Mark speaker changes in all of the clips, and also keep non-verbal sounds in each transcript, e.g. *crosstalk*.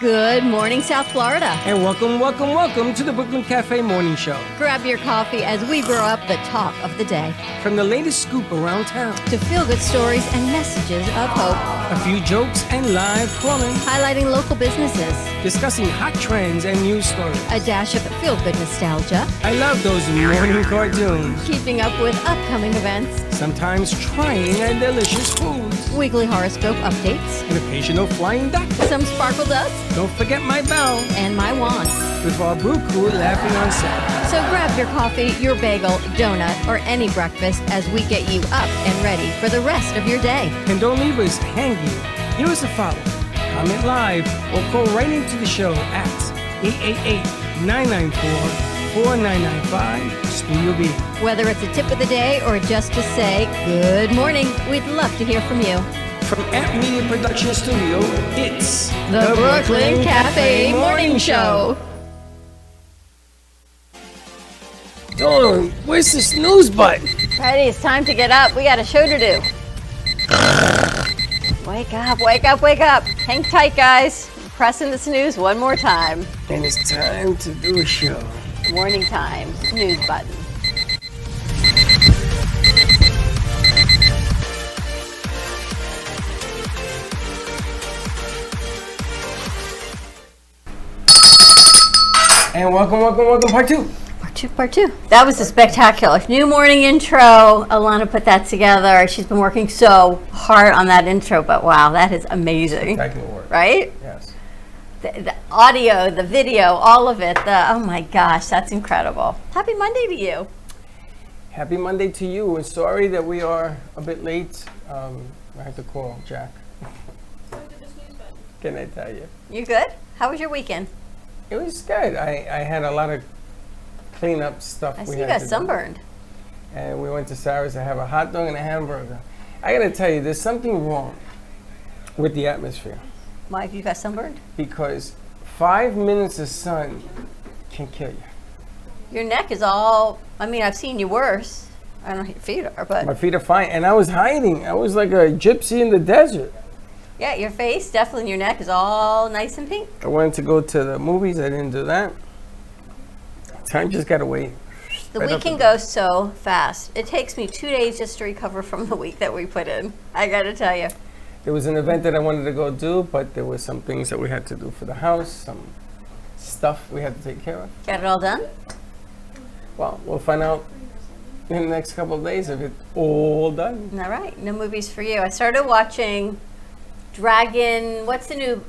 Speaker 1: Good morning, South Florida.
Speaker 2: And welcome, welcome, welcome to the Brooklyn Cafe Morning Show.
Speaker 1: Grab your coffee as we brew up the talk of the day
Speaker 2: From the latest scoop around town,
Speaker 1: to feel good stories and messages of hope,
Speaker 2: a few jokes and live calling,
Speaker 1: highlighting local businesses,
Speaker 2: discussing hot trends and news stories.
Speaker 1: a dash of feel good nostalgia,
Speaker 2: I love those morning cartoons.
Speaker 1: keeping up with upcoming events,
Speaker 2: Sometimes trying and delicious foods.
Speaker 1: weekly horoscope updates,
Speaker 2: An occasional flying doctor.
Speaker 1: some sparkle dust,
Speaker 2: Don't forget my bell
Speaker 1: and my wand.
Speaker 2: with our brew crew laughing on set.
Speaker 1: So grab your coffee, your bagel, donut, or any breakfast as we get you up and ready for the rest of your day.
Speaker 2: And don't leave us hanging. Give us a follow, comment live, or call right into the show at 888-994-4995 Studio B.
Speaker 1: Whether it's a tip of the day or just to say good morning, we'd love to hear from you.
Speaker 2: From At Media Production Studio, it's
Speaker 1: The, Brooklyn Cafe Morning Show.
Speaker 2: Dolan, where's the snooze button?
Speaker 1: Freddie, it's time to get up. We got a show to do. wake up, wake up, wake up. Hang tight, guys. I'm pressing the snooze one more time.
Speaker 2: And it's time to do a show.
Speaker 1: Morning time. Snooze button.
Speaker 2: And welcome, welcome, welcome, part two.
Speaker 1: Part two, part two. That was a spectacular new morning intro. Alana put that together. She's been working so hard on that intro, but wow, that is amazing.
Speaker 2: Spectacular work.
Speaker 1: Right?
Speaker 2: Yes.
Speaker 1: The, the audio, the video, all of it. The oh my gosh, that's incredible. Happy Monday to you.
Speaker 2: Happy Monday to you. We're sorry that we are a bit late. Um, I had to call Jack. *laughs* Can I tell you?
Speaker 1: You good? How was your weekend?
Speaker 2: It was good. I, I had a lot of cleanup stuff.
Speaker 1: I
Speaker 2: we
Speaker 1: see you
Speaker 2: had
Speaker 1: got
Speaker 2: to do.
Speaker 1: sunburned.
Speaker 2: and we went to Sarah's to have a hot dog and a hamburger. I gotta tell you, there's something wrong with the atmosphere
Speaker 1: Why you got sunburned?
Speaker 2: because five minutes of sun can kill you.
Speaker 1: Your neck is all. I mean, I've seen you worse. I don't know how your feet are, but
Speaker 2: My feet are fine, and I was hiding. I was like a gypsy in the desert.
Speaker 1: yeah, your face definitely. Your neck is all nice and pink.
Speaker 2: I wanted to go to the movies, I didn't do that. Time just gotta wait.
Speaker 1: The
Speaker 2: Right up
Speaker 1: weekend
Speaker 2: and
Speaker 1: goes so fast. It takes me two days just to recover from the week that we put in. I gotta tell you.
Speaker 2: There was an event that I wanted to go do, but there were some things that we had to do for the house, some stuff we had to take care of.
Speaker 1: Got it all done?
Speaker 2: Well, we'll find out in the next couple of days if it's all done.
Speaker 1: All right. No movies for you. I started watching Dragon. What's the new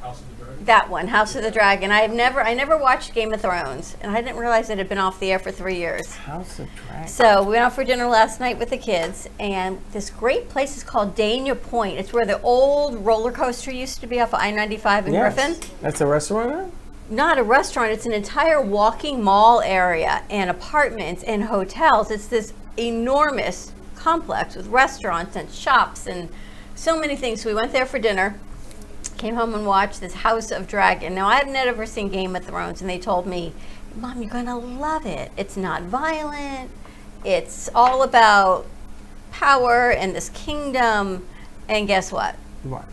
Speaker 3: House of the Dragon.
Speaker 1: That one, House of the Dragon. I have never, I never watched Game of Thrones, and I didn't realize it had been off the air for three years.
Speaker 2: House of Dragon.
Speaker 1: So we went out for dinner last night with the kids, and this great place is called Dania Point. It's where the old roller coaster used to be off of I-95 in
Speaker 2: Yes.
Speaker 1: Griffin.
Speaker 2: That's a restaurant? huh?
Speaker 1: Not a restaurant; it's an entire walking mall area and apartments and hotels. It's this enormous complex with restaurants and shops and so many things. So we went there for dinner came home and watched this House of Dragon. Now I've never seen Game of Thrones, and they told me, "Mom, you're gonna love it. It's not violent. It's all about power and this kingdom." And guess what?
Speaker 2: What?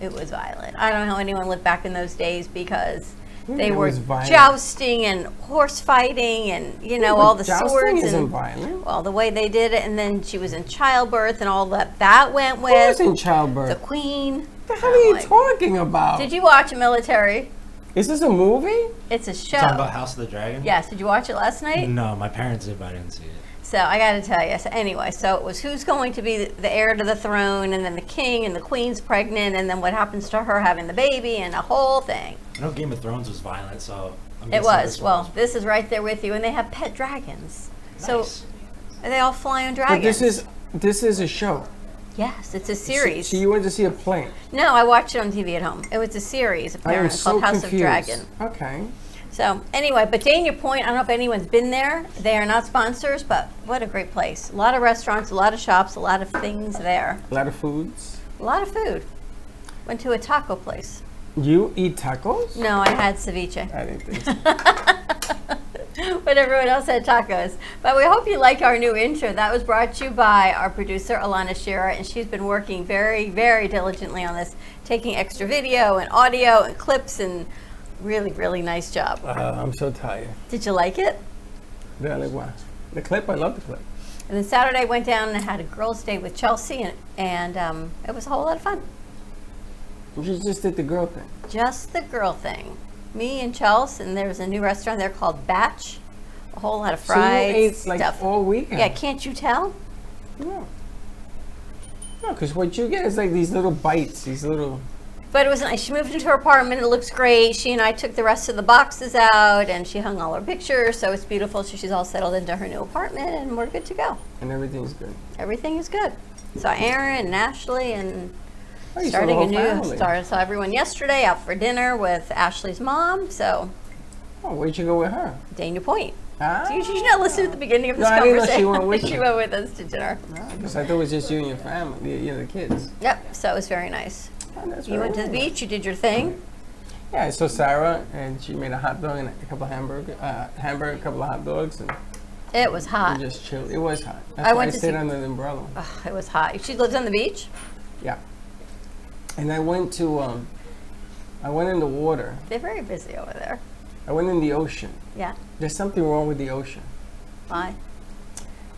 Speaker 1: It was violent. I don't know how anyone lived back in those days because they
Speaker 2: it
Speaker 1: were
Speaker 2: was violent.
Speaker 1: jousting and horse fighting, and you know all the
Speaker 2: jousting
Speaker 1: swords
Speaker 2: isn't
Speaker 1: and
Speaker 2: violent.
Speaker 1: well, the way they did it. And then she was in childbirth, and all that that went with
Speaker 2: Who was in
Speaker 1: the
Speaker 2: childbirth?
Speaker 1: queen.
Speaker 2: What the hell are you
Speaker 1: like-
Speaker 2: talking about?
Speaker 1: Did you watch military?
Speaker 2: Is this a movie?
Speaker 1: It's a show.
Speaker 3: Talking about House of the Dragon?
Speaker 1: Yes. Did you watch it last night?
Speaker 2: Mm-hmm.
Speaker 3: No, my parents did, but I didn't see it.
Speaker 1: So I got to tell you. So anyway, so it was who's going to be the heir to the throne, and then the king and the queen's pregnant, and then what happens to her having the baby, and a whole thing.
Speaker 3: I know Game of Thrones was violent, so. I'm
Speaker 1: It
Speaker 3: guessing
Speaker 1: was.
Speaker 3: this
Speaker 1: Well,
Speaker 3: one
Speaker 1: this is right there with you, and they have pet dragons. So
Speaker 3: nice.
Speaker 1: they all fly on
Speaker 2: But
Speaker 1: dragons.
Speaker 2: this is this is a show.
Speaker 1: yes, it's a series.
Speaker 2: So you went to see a plane.
Speaker 1: no, I watched it on TV at home. It was a series
Speaker 2: I am
Speaker 1: apparently
Speaker 2: so
Speaker 1: called House
Speaker 2: confused.
Speaker 1: of Dragon.
Speaker 2: Okay.
Speaker 1: So anyway, but Dania Point, I don't know if anyone's been there. They are not sponsors, but what a great place. A lot of restaurants, a lot of shops, a lot of things there.
Speaker 2: A lot of foods.
Speaker 1: A lot of food. Went to a taco place.
Speaker 2: You eat tacos?
Speaker 1: No, I had ceviche.
Speaker 3: *laughs*
Speaker 2: I didn't think so.
Speaker 1: *laughs* but everyone else had tacos. But we hope you like our new intro. That was brought to you by our producer, Alana Shearer, and she's been working very, very diligently on this, taking extra video and audio and clips and really, really nice job.
Speaker 3: Uh-huh.
Speaker 2: Uh, I'm so tired.
Speaker 1: Did you like it?
Speaker 2: Yeah, like, wow. The clip, I love the clip.
Speaker 1: And then Saturday I went down and had a girls' day with Chelsea, and, and um, it was a whole lot of fun.
Speaker 2: You just did the girl thing.
Speaker 1: Just the girl thing. Me and Chelsea, and there was a new restaurant there called Batch. A whole lot of fried
Speaker 2: so you ate
Speaker 1: stuff.
Speaker 2: like all weekend.
Speaker 1: yeah, can't you tell?
Speaker 2: No. No, because what you get is like these little bites, these little.
Speaker 1: But it was nice. She moved into her apartment. It looks great. She and I took the rest of the boxes out, and she hung all her pictures, so it's beautiful. So she's all settled into her new apartment, and we're good to go.
Speaker 2: And everything's good.
Speaker 1: Everything is good. So Aaron and Ashley and
Speaker 2: Oh, you saw the
Speaker 1: starting a
Speaker 2: whole
Speaker 1: new
Speaker 2: family.
Speaker 1: start. Saw everyone yesterday out for dinner with Ashley's mom. So
Speaker 2: Oh, where'd you go with her? Ah,
Speaker 1: Dana Point.
Speaker 2: Huh?
Speaker 1: You should not listen to the beginning of
Speaker 2: No,
Speaker 1: this
Speaker 2: I didn't know
Speaker 1: conversation.
Speaker 2: she went with
Speaker 1: *laughs* She
Speaker 2: you.
Speaker 1: went with us to dinner.
Speaker 2: Because I thought it was just you and your family, you- you know, the kids.
Speaker 1: Yep. So it was very nice.
Speaker 2: Oh, that's
Speaker 1: you
Speaker 2: very
Speaker 1: went to the
Speaker 2: nice.
Speaker 1: beach. You did your thing.
Speaker 2: Yeah, I saw Sarah, and she made a hot dog and a couple of hamburger, uh, hamburger, a couple of hot dogs, and
Speaker 1: It was hot.
Speaker 2: we just chilled. It was hot. That's
Speaker 1: I
Speaker 2: why
Speaker 1: went
Speaker 2: I
Speaker 1: to
Speaker 2: stayed
Speaker 1: see-
Speaker 2: under the umbrella.
Speaker 1: Ugh, it was hot. She lives on the beach.
Speaker 2: Yeah. And I went to, um, I went in the water.
Speaker 1: They're very busy over there.
Speaker 2: I went in the ocean.
Speaker 1: Yeah.
Speaker 2: There's something wrong with the ocean.
Speaker 1: Why?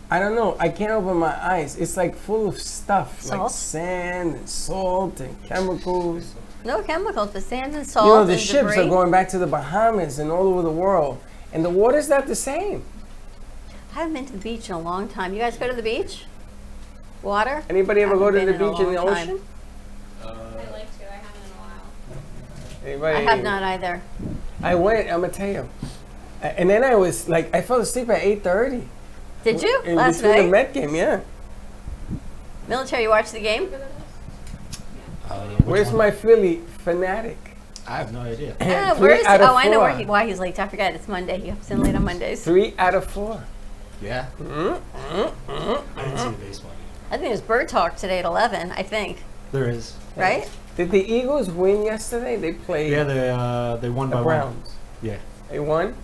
Speaker 2: I don't know. I can't open my eyes. It's like full of stuff,
Speaker 1: Salt?
Speaker 2: like sand and salt and chemicals.
Speaker 1: No chemicals, but sand and salt.
Speaker 2: you know, the
Speaker 1: and
Speaker 2: ships
Speaker 1: debris.
Speaker 2: are going back to the Bahamas and all over the world, and the water's not the same.
Speaker 1: I haven't been to the beach in a long time. You guys go to the beach? Water?
Speaker 2: Anybody ever go to
Speaker 1: Haven't
Speaker 2: the
Speaker 1: been in a
Speaker 2: beach in the
Speaker 1: long time.
Speaker 2: ocean?
Speaker 4: I like to. I haven't in a while.
Speaker 2: Anybody?
Speaker 1: I have not either.
Speaker 2: I went. I'm gonna tell you. A- And then I was like, I fell asleep at 8:30.
Speaker 1: Did you
Speaker 2: In
Speaker 1: last
Speaker 2: between
Speaker 1: night?
Speaker 2: the Met game, yeah.
Speaker 1: Military, you watched the
Speaker 2: *laughs*
Speaker 1: game?
Speaker 3: Uh, which
Speaker 2: Where's
Speaker 3: one?
Speaker 2: my Philly fanatic?
Speaker 3: I have no idea.
Speaker 2: *laughs*
Speaker 1: Ah,
Speaker 2: three
Speaker 1: where is he?
Speaker 2: out of
Speaker 1: Oh, I know where
Speaker 2: four.
Speaker 1: he, why he's late. I forgot. It's Monday. He comes in late on Mondays.
Speaker 2: Three out of four.
Speaker 3: Yeah.
Speaker 2: Mm-hmm,
Speaker 3: I didn't see the baseball game.
Speaker 1: I think there's bird talk today at 11, I think.
Speaker 3: There is.
Speaker 1: Right?
Speaker 2: Did the Eagles win yesterday? They played
Speaker 3: Yeah, they uh, they won by
Speaker 2: the
Speaker 3: one.
Speaker 2: Browns.
Speaker 3: Yeah. Mm-hmm.
Speaker 2: They won.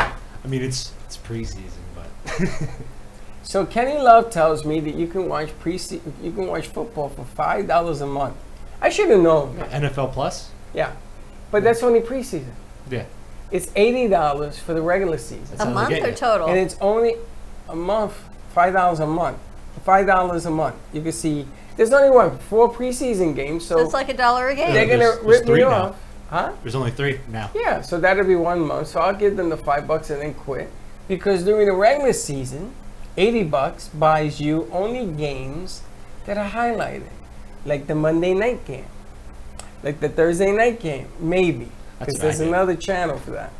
Speaker 3: I mean, it's it's preseason, but
Speaker 2: So Kenny Love tells me that you can watch pre you can watch football for five dollars a month. I should have known.
Speaker 3: NFL Plus.
Speaker 2: Yeah, but that's only preseason.
Speaker 3: Yeah.
Speaker 2: It's eighty dollars for the regular season,
Speaker 3: That's
Speaker 1: a
Speaker 3: how they
Speaker 1: month
Speaker 3: get
Speaker 1: or
Speaker 3: you.
Speaker 1: total?
Speaker 2: and it's only a month, five dollars a month. Five dollars a month. You can see there's only what four preseason games, so,
Speaker 1: so it's like a dollar a game.
Speaker 2: they're gonna
Speaker 3: There's- there's
Speaker 2: rip me
Speaker 3: three now.
Speaker 2: off, huh?
Speaker 3: There's only three now.
Speaker 2: Yeah, so that'll be one month. So I'll give them the five bucks and then quit because during the regular season, eighty bucks buys you only games that are highlighted, like the Monday night game, like the Thursday night game, maybe
Speaker 3: That's
Speaker 2: because
Speaker 3: what I
Speaker 2: there's
Speaker 3: did.
Speaker 2: another channel for that.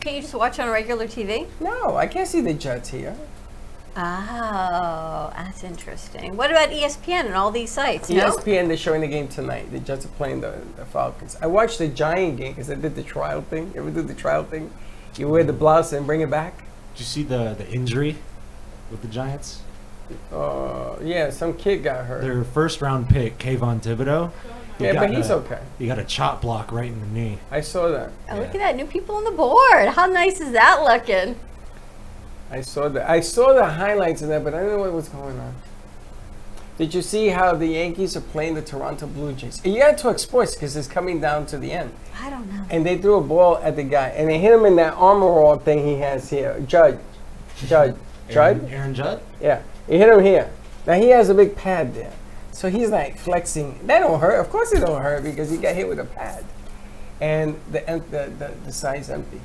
Speaker 1: Can't you just watch on regular TV?
Speaker 2: No, I can't see the Jets here.
Speaker 1: Oh, that's interesting. What about E ESPN and all these sites?
Speaker 2: E
Speaker 1: No?
Speaker 2: ESPN they're showing the game tonight. The Jets are playing the, the Falcons. I watched the Giant game because I did the trial thing. You ever do the trial thing? You wear the blouse and bring it back.
Speaker 3: Did you see the the injury with the Giants?
Speaker 2: Uh, yeah, some kid got hurt.
Speaker 3: Their first round pick, Kayvon Thibodeau. he
Speaker 2: yeah,
Speaker 3: got
Speaker 2: but he's
Speaker 3: a-
Speaker 2: okay.
Speaker 3: He got a chop block right in the knee.
Speaker 2: I saw that.
Speaker 1: Oh, look at
Speaker 3: Yeah.
Speaker 1: that. New people on the board. How nice is that looking?
Speaker 2: I saw that. I saw the highlights of that, but I didn't know what was going on. Did you see how the Yankees are playing the Toronto Blue Jays? And you had to express because it's coming down to the end.
Speaker 1: I don't know.
Speaker 2: And they threw a ball at the guy, and they hit him in that armor roll thing he has here. Judge, Judge, Judge.
Speaker 3: Aaron, Aaron Judd.
Speaker 2: Yeah, it hit him here. Now he has a big pad there, so he's like flexing. That don't hurt. Of course it don't hurt because he got hit with a pad, and the em- the the, the side's empty.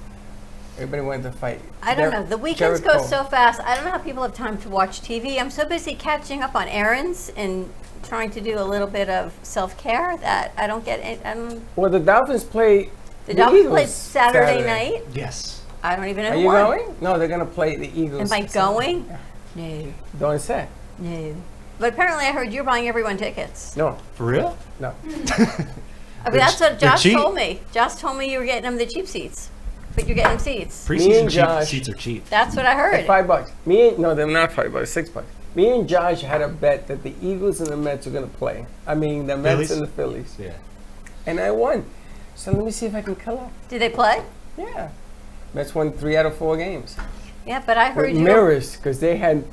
Speaker 2: Everybody wanted to fight.
Speaker 1: I don't
Speaker 2: Jer-
Speaker 1: know. The weekends
Speaker 2: Jared
Speaker 1: go
Speaker 2: Cole.
Speaker 1: so fast. I don't know how people have time to watch TV. I'm so busy catching up on errands and trying to do a little bit of self care that I don't get. Any, I don't,
Speaker 2: Well, the Dolphins play.
Speaker 1: the Dolphins
Speaker 2: Eagles
Speaker 1: played Saturday,
Speaker 2: Saturday.
Speaker 1: night.
Speaker 3: Yes.
Speaker 1: I don't even know
Speaker 2: Are
Speaker 1: who
Speaker 2: you
Speaker 1: won.
Speaker 2: going? No, they're gonna play the Eagles.
Speaker 1: Am I
Speaker 2: Saturday.
Speaker 1: going? No,
Speaker 2: Don't say
Speaker 1: no. But apparently, I heard you're buying everyone tickets.
Speaker 2: no.
Speaker 3: For real?
Speaker 2: No,
Speaker 1: I mean, that's what
Speaker 3: they're
Speaker 1: Josh
Speaker 3: cheap.
Speaker 1: told me. Josh told me you were getting them the cheap seats, but you're getting them seats.
Speaker 2: Me
Speaker 3: Preseason
Speaker 2: and
Speaker 3: cheap,
Speaker 2: Josh-
Speaker 3: seats are cheap.
Speaker 1: That's what I heard.
Speaker 2: five bucks. Me and no, they're not five bucks. Six bucks. Me and Josh had a bet that the Eagles and the Mets are gonna play. I mean, the Mets
Speaker 3: Phillies?
Speaker 2: and the Phillies,
Speaker 3: Yeah.
Speaker 2: and I won. So let me see if I can collect.
Speaker 1: Did they play?
Speaker 2: Yeah. Mets won three out of four games.
Speaker 1: Yeah, but I heard
Speaker 2: With
Speaker 1: you.
Speaker 2: mirrors, because they had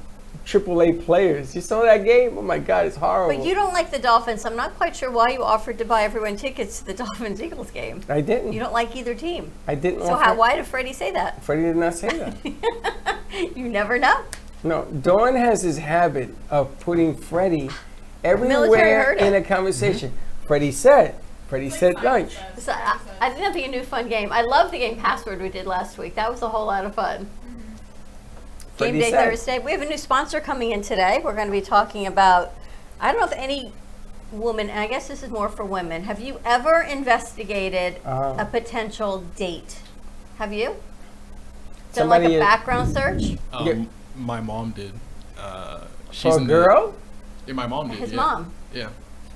Speaker 2: AAA players. You saw that game? Oh my God, it's horrible.
Speaker 1: But you don't like the Dolphins. I'm not quite sure why you offered to buy everyone tickets to the *laughs* Dolphins Eagles game.
Speaker 2: I didn't.
Speaker 1: You don't like either team.
Speaker 2: I didn't.
Speaker 1: So
Speaker 2: offer-
Speaker 1: how, why did Freddie say that? *laughs*
Speaker 2: Freddie did not say that.
Speaker 1: You never know.
Speaker 2: No, Dawn has this habit of putting Freddie everywhere
Speaker 1: Military
Speaker 2: in
Speaker 1: herd.
Speaker 2: a conversation. Freddie said, Freddie said lunch.
Speaker 1: So I, I think that'd be a new fun game. I love the game Password we did last week. That was a whole lot of fun. Game
Speaker 2: Freddie
Speaker 1: Day
Speaker 2: said.
Speaker 1: Thursday. We have a new sponsor coming in today. We're going to be talking about, I don't know if any woman, and I guess this is more for women, have you ever investigated
Speaker 2: Uh-huh.
Speaker 1: a potential date? Have you? Done like
Speaker 2: Somebody
Speaker 1: a
Speaker 2: is-
Speaker 1: background search?
Speaker 3: Um,
Speaker 2: Yeah.
Speaker 3: My mom did. Uh, she's
Speaker 2: For
Speaker 3: in
Speaker 2: a
Speaker 3: the-
Speaker 2: girl?
Speaker 3: yeah, my mom did.
Speaker 1: His
Speaker 3: yeah.
Speaker 1: mom.
Speaker 3: Yeah.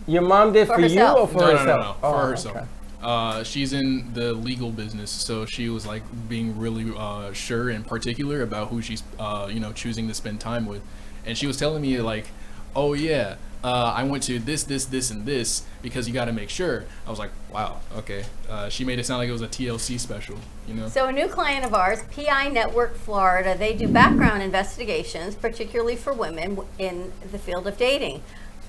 Speaker 2: Your mom did for,
Speaker 1: For
Speaker 2: you
Speaker 1: herself.
Speaker 2: or for
Speaker 3: no,
Speaker 2: herself?
Speaker 3: no, no, no,
Speaker 2: Oh,
Speaker 3: for herself.
Speaker 2: okay.
Speaker 3: Uh, she's in the legal business, so she was like being really uh, sure and particular about who she's, uh, you know, choosing to spend time with, and she was telling me like, "Oh yeah, uh, I went to this, this, this, and this because you got to make sure." I was like, "Wow, okay." Uh, she made it sound like it was a TLC special, you know.
Speaker 1: So, a new client of ours, PI Network Florida, they do background investigations, particularly for women w- in the field of dating.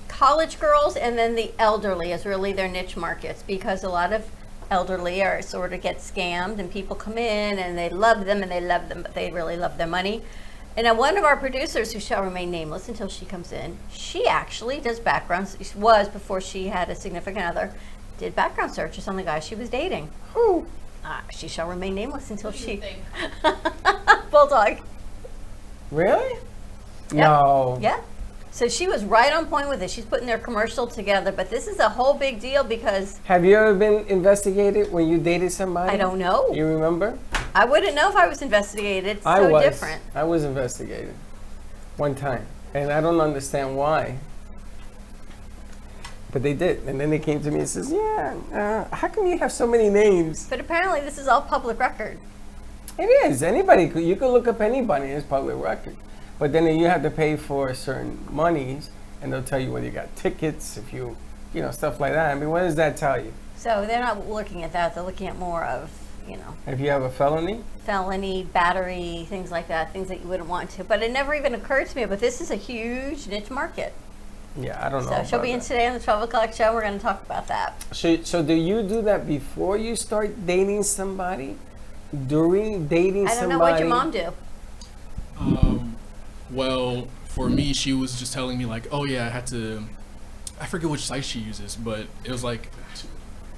Speaker 1: College girls and then the elderly is really their niche markets because a lot of elderly are sort of get scammed and people come in and they love them and they love them, but they really love their money. And now one of our producers, who shall remain nameless until she comes in, she actually does backgrounds, was before she had a significant other, did background searches on the guy she was dating.
Speaker 2: Who?
Speaker 1: Uh, she shall remain nameless until
Speaker 4: do you
Speaker 1: she.
Speaker 4: think?
Speaker 1: *laughs* Bulldog.
Speaker 2: Really? No.
Speaker 1: Yeah. So she was right on point with it. She's putting their commercial together, but this is a whole big deal because
Speaker 2: Have you ever been investigated when you dated somebody?
Speaker 1: I don't know.
Speaker 2: You remember?
Speaker 1: I wouldn't know if I was investigated. It's
Speaker 2: I
Speaker 1: so
Speaker 2: was.
Speaker 1: different.
Speaker 2: I was investigated one time, and I don't understand why. But they did, and then they came to me and says, "Yeah, uh, how come you have so many names?"
Speaker 1: But apparently, this is all public record.
Speaker 2: It is anybody. could- You could look up anybody; it's public record. But then you have to pay for certain monies, and they'll tell you whether you got tickets, if you, you know, stuff like that. I mean, what does that tell you?
Speaker 1: So they're not looking at that. They're looking at more of, you know,
Speaker 2: If you have a felony,
Speaker 1: felony, battery, things like that, things that you wouldn't want to. But it never even occurred to me. But this is a huge niche market.
Speaker 2: yeah, I don't know.
Speaker 1: So she'll
Speaker 2: about
Speaker 1: be in
Speaker 2: that.
Speaker 1: today on the 12 o'clock show. We're going to talk about that.
Speaker 2: So, so do you do that before you start dating somebody? During dating
Speaker 1: I don't
Speaker 2: somebody?
Speaker 1: know what your mom do.
Speaker 3: Um, well, for me, she was just telling me like, oh yeah, I had to. I forget which site she uses, but it was like, t-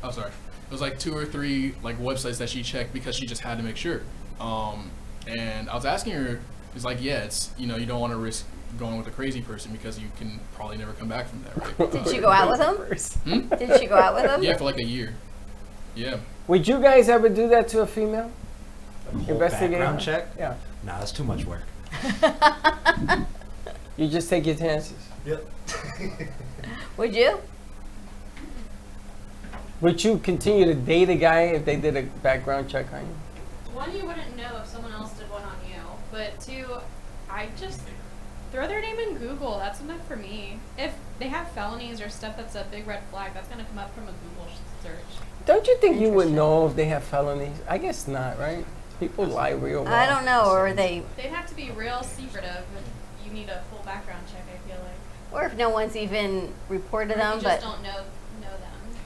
Speaker 3: oh sorry, it was like two or three like websites that she checked because she just had to make sure. Um, and I was asking her, it's like, yeah, it's you know you don't want to risk going with a crazy person because you can probably never come back from that,
Speaker 1: *laughs*
Speaker 3: right?
Speaker 1: Did
Speaker 3: Uh,
Speaker 1: she go out with
Speaker 2: *laughs*
Speaker 1: him?
Speaker 3: hmm?
Speaker 1: Did she go out with him?
Speaker 3: Yeah, for like a year. Yeah.
Speaker 2: Would you guys ever do that to a female?
Speaker 5: Whole
Speaker 2: Investigate
Speaker 5: background
Speaker 2: her.
Speaker 5: check?
Speaker 2: Yeah.
Speaker 5: Nah, that's too much work.
Speaker 2: You just take your chances.
Speaker 5: Yep.
Speaker 1: Would you?
Speaker 2: Would you continue to date a guy if they did a background check on you?
Speaker 4: One, you wouldn't know if someone else did one on you, but two, I just throw their name in Google. That's enough for me. If they have felonies or stuff that's a big red flag, that's gonna come up from a Google sh- search.
Speaker 2: Don't you think you would
Speaker 1: Interesting.
Speaker 2: know if they have felonies? I guess not, right? People lie real well.
Speaker 1: I don't know, or they,
Speaker 4: They'd have to be real secretive. If you need a full background check. I feel like
Speaker 1: or if no one's even reported
Speaker 4: Or if
Speaker 1: them,
Speaker 4: you
Speaker 1: but
Speaker 4: just don't know know them.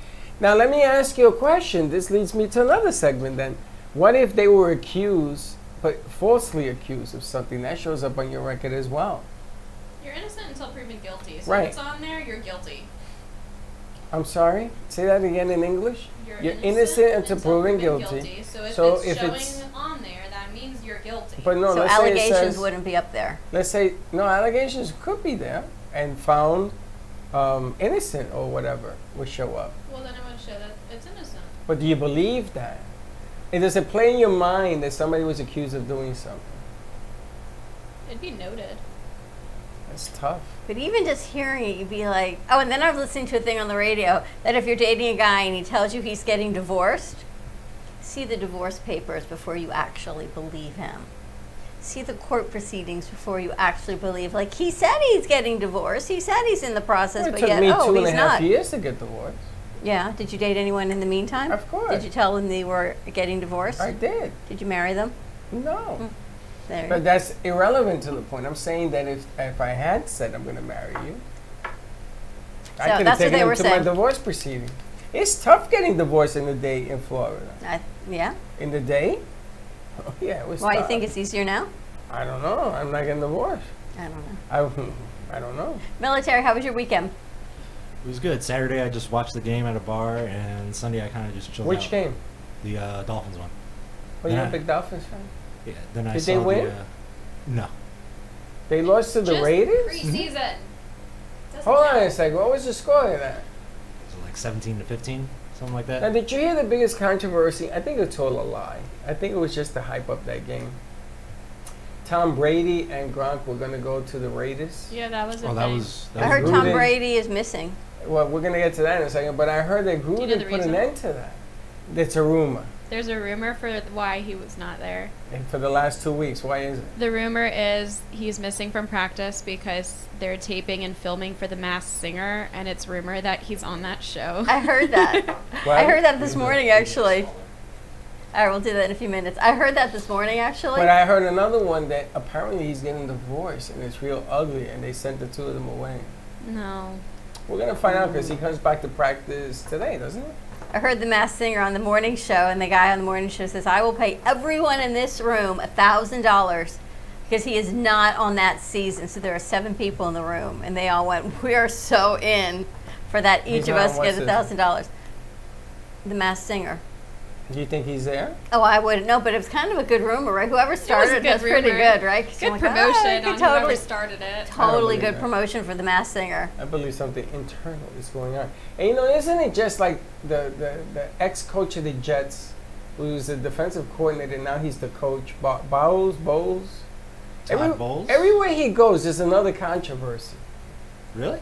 Speaker 2: Now, let me ask you a question. This leads me to another segment then. What if they were accused, but falsely accused of something? That shows up on your record as well.
Speaker 4: You're innocent until proven guilty. So
Speaker 2: Right.
Speaker 4: if it's on there, you're guilty.
Speaker 2: I'm sorry. Say that again in English.
Speaker 4: You're,
Speaker 2: You're
Speaker 4: innocent,
Speaker 2: innocent until proven guilty.
Speaker 4: So if
Speaker 2: So
Speaker 4: it's
Speaker 2: if
Speaker 4: showing
Speaker 2: it's-
Speaker 4: on there, that means you're guilty.
Speaker 2: But no,
Speaker 1: so
Speaker 2: let's say it
Speaker 1: allegations
Speaker 2: says,
Speaker 1: wouldn't be up there.
Speaker 2: Let's say no allegations could be there and found um, innocent or whatever would show up.
Speaker 4: well, then it would show that it's innocent.
Speaker 2: But do you believe that? And does it play in your mind that somebody was accused of doing something?
Speaker 4: It'd be noted.
Speaker 2: That's tough.
Speaker 1: But even just hearing it, you'd be like, oh, and then I was listening to a thing on the radio that if you're dating a guy and he tells you he's getting divorced, see the divorce papers before you actually believe him. See the court proceedings before you actually believe. Like he said he's getting divorced. He said he's in the process,
Speaker 2: Well, it
Speaker 1: but
Speaker 2: took
Speaker 1: yet
Speaker 2: me
Speaker 1: oh,
Speaker 2: two and
Speaker 1: he's
Speaker 2: a half
Speaker 1: not.
Speaker 2: years to get divorced.
Speaker 1: Yeah. Did you date anyone in the meantime?
Speaker 2: Of course.
Speaker 1: Did you tell them they were getting divorced?
Speaker 2: I did.
Speaker 1: Did you marry them? Mm.
Speaker 2: No.
Speaker 1: There.
Speaker 2: But that's irrelevant to the point. I'm saying that if if I had said I'm going to marry you, I
Speaker 1: So
Speaker 2: could
Speaker 1: that's
Speaker 2: have
Speaker 1: what
Speaker 2: taken
Speaker 1: they
Speaker 2: him
Speaker 1: were
Speaker 2: to
Speaker 1: saying.
Speaker 2: my divorce proceeding. It's tough getting divorced in the day in Florida.
Speaker 1: I, yeah.
Speaker 2: In the day? Oh, yeah, it was
Speaker 1: Why you
Speaker 2: tough.
Speaker 1: think it's easier now?
Speaker 2: I don't know. I'm not getting divorced.
Speaker 1: I don't know.
Speaker 2: I, *laughs* I don't know.
Speaker 1: Military. How was your weekend?
Speaker 5: It was good. Saturday I just watched the game at a bar, and Sunday I kind of just chilled
Speaker 2: Which
Speaker 5: out.
Speaker 2: game?
Speaker 5: The uh, Dolphins one.
Speaker 2: Were you
Speaker 5: Nah.
Speaker 2: a big Dolphins fan?
Speaker 5: Yeah. Then I
Speaker 2: Did
Speaker 5: saw
Speaker 2: they win?
Speaker 5: The, uh, no.
Speaker 2: They lost to the
Speaker 4: Just
Speaker 2: Raiders?
Speaker 4: Preseason. Doesn't
Speaker 2: Hold on
Speaker 4: count.
Speaker 2: a second. What was the score of that?
Speaker 5: Was it like 17 to 15, something like
Speaker 2: Now,
Speaker 5: that?
Speaker 2: did you hear the biggest controversy? I think it's all a lie. I think it was just to hype up that game. Tom Brady and Gronk were going to go to the Raiders.
Speaker 4: Yeah, that was a
Speaker 5: Oh,
Speaker 4: thing.
Speaker 5: that was. That
Speaker 1: I
Speaker 5: was
Speaker 1: heard
Speaker 5: rude.
Speaker 1: Tom
Speaker 2: Gruden.
Speaker 1: Brady is missing.
Speaker 2: Well, we're going to get to that in a second, but I heard that
Speaker 4: know
Speaker 2: Gruden
Speaker 4: the
Speaker 2: put
Speaker 4: reason?
Speaker 2: an end to that. It's a rumor.
Speaker 4: There's a rumor for why he was not there.
Speaker 2: And for the last two weeks, why is it?
Speaker 4: The rumor is he's missing from practice because they're taping and filming for The Masked Singer, and it's rumor that he's on that show.
Speaker 1: I heard
Speaker 4: *laughs*
Speaker 1: that. I
Speaker 2: Well,
Speaker 1: heard that this morning actually. I will do that in a few minutes. I heard that this morning actually.
Speaker 2: But I heard another one that apparently he's getting divorced and it's real ugly, and they sent the two of them away.
Speaker 4: no.
Speaker 2: We're gonna find out because he comes back to practice today, doesn't he?
Speaker 1: I heard the mass singer on the morning show, and the guy on the morning show says, "I will pay everyone in this room a thousand dollars because he is not on that season." So there are seven people in the room, and they all went, "We are so in for that. Each
Speaker 2: He's
Speaker 1: of
Speaker 2: not on
Speaker 1: us
Speaker 2: what
Speaker 1: gets a
Speaker 2: season?
Speaker 1: thousand dollars." The mass singer.
Speaker 2: Do you think he's there?
Speaker 1: Oh, I wouldn't know, but it was kind of a good rumor, right? Whoever started
Speaker 4: a
Speaker 1: it,
Speaker 4: good
Speaker 1: that's pretty
Speaker 4: rumor.
Speaker 1: good, right? 'Cause
Speaker 4: Good
Speaker 1: you're like, "Ah, we
Speaker 4: promotion
Speaker 1: could
Speaker 4: on
Speaker 1: totally,
Speaker 4: whoever started it.
Speaker 1: totally
Speaker 2: believe
Speaker 1: good
Speaker 2: that.
Speaker 1: promotion for the mass singer.
Speaker 2: I believe something internal is going on. And you know, isn't it just like the the, the ex coach of the Jets, who's the defensive coordinator, now he's the coach, Bo- Bowles, Bowles.
Speaker 5: Todd
Speaker 2: Every-
Speaker 5: Bowles?
Speaker 2: Everywhere he goes, there's another controversy.
Speaker 5: Really?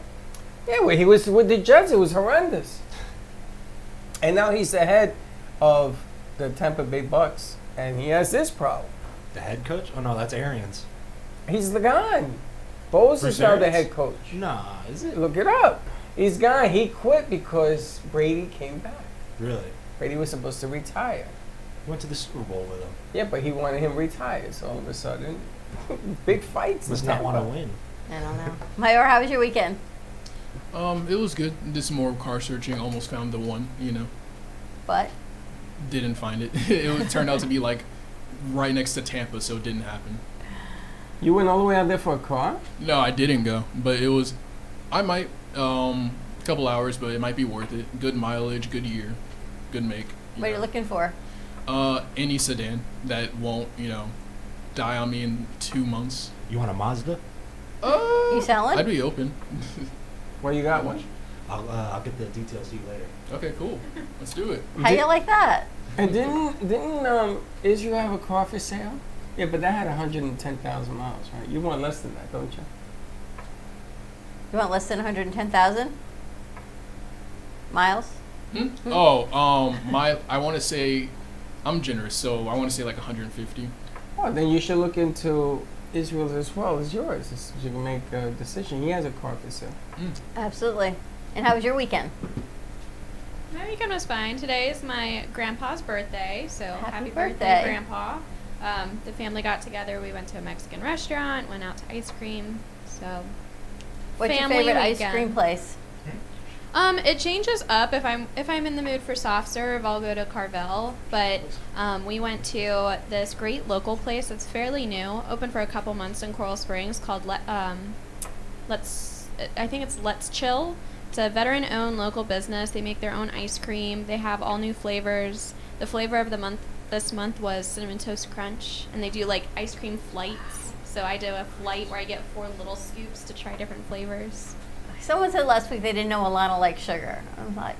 Speaker 2: Yeah, when he was with the Jets, it was horrendous. And now he's the head of the Tampa Bay Bucks, and he has this problem.
Speaker 5: The head coach? Oh no, that's Arians.
Speaker 2: He's the gone. Bowles is
Speaker 5: Bruce
Speaker 2: now the
Speaker 5: Arians?
Speaker 2: head coach.
Speaker 5: Nah, is it
Speaker 2: Look it up. He's gone. He quit because Brady came back.
Speaker 5: really?
Speaker 2: Brady was supposed to retire.
Speaker 5: Went to the Super Bowl with him.
Speaker 2: Yeah, but he wanted him retired. So all of a sudden, *laughs* big fights. in
Speaker 5: Must not want to
Speaker 2: Tampa.
Speaker 5: win.
Speaker 1: I don't know. Mayor, how was your weekend?
Speaker 3: Um, it was good. Did some more car searching. Almost found the one. You know,
Speaker 1: But
Speaker 3: didn't find it. *laughs* it turned out to be like right next to Tampa, so it didn't happen.
Speaker 2: You went all the way out there for a car?
Speaker 3: No, I didn't go, but it was. I might um a couple hours, but it might be worth it. Good mileage, good year, good make. you
Speaker 1: what are you
Speaker 3: know.
Speaker 1: looking for?
Speaker 3: Uh, any sedan that won't you know die on me in two months.
Speaker 5: You want a Mazda?
Speaker 1: You
Speaker 3: Oh,
Speaker 1: selling?
Speaker 3: I'd be open.
Speaker 2: Well, you *laughs* got one.
Speaker 5: I'll uh, I'll get the details to you later.
Speaker 3: Okay, cool. Let's do it.
Speaker 1: How you like that?
Speaker 2: And didn't didn't um Israel have a car for sale? Yeah, but that had 110,000 miles, right? You want less than that, don't you?
Speaker 1: You want less than 110,000 miles?
Speaker 3: Hmm? Oh, um, my I want to say, I'm generous, so I want to say like 150.
Speaker 2: Well, Oh, then you should look into Israel's as well as yours. It's- You can make a decision. He has a car for sale.
Speaker 3: Hmm.
Speaker 1: Absolutely. And how was your weekend?
Speaker 4: My weekend was fine. Today is my grandpa's birthday, so happy, birthday,
Speaker 1: birthday.
Speaker 4: grandpa. Um, the family got together. We went to a Mexican restaurant, went out to ice cream. So,
Speaker 1: What's
Speaker 4: Family
Speaker 1: your favorite ice
Speaker 4: weekend.
Speaker 1: cream place?
Speaker 4: um, it changes up. If I'm if I'm in the mood for soft serve, I'll go to Carvel. But um, we went to this great local place that's fairly new, open for a couple months in Coral Springs, called Let um, Let's. I think it's Let's Chill. It's a veteran-owned local business. They make their own ice cream. They have all new flavors. The flavor of the month this month was cinnamon toast crunch, and they do like ice cream flights. So I do a flight where I get four little scoops to try different flavors.
Speaker 1: Someone said last week they didn't know Alana liked sugar. I'm like,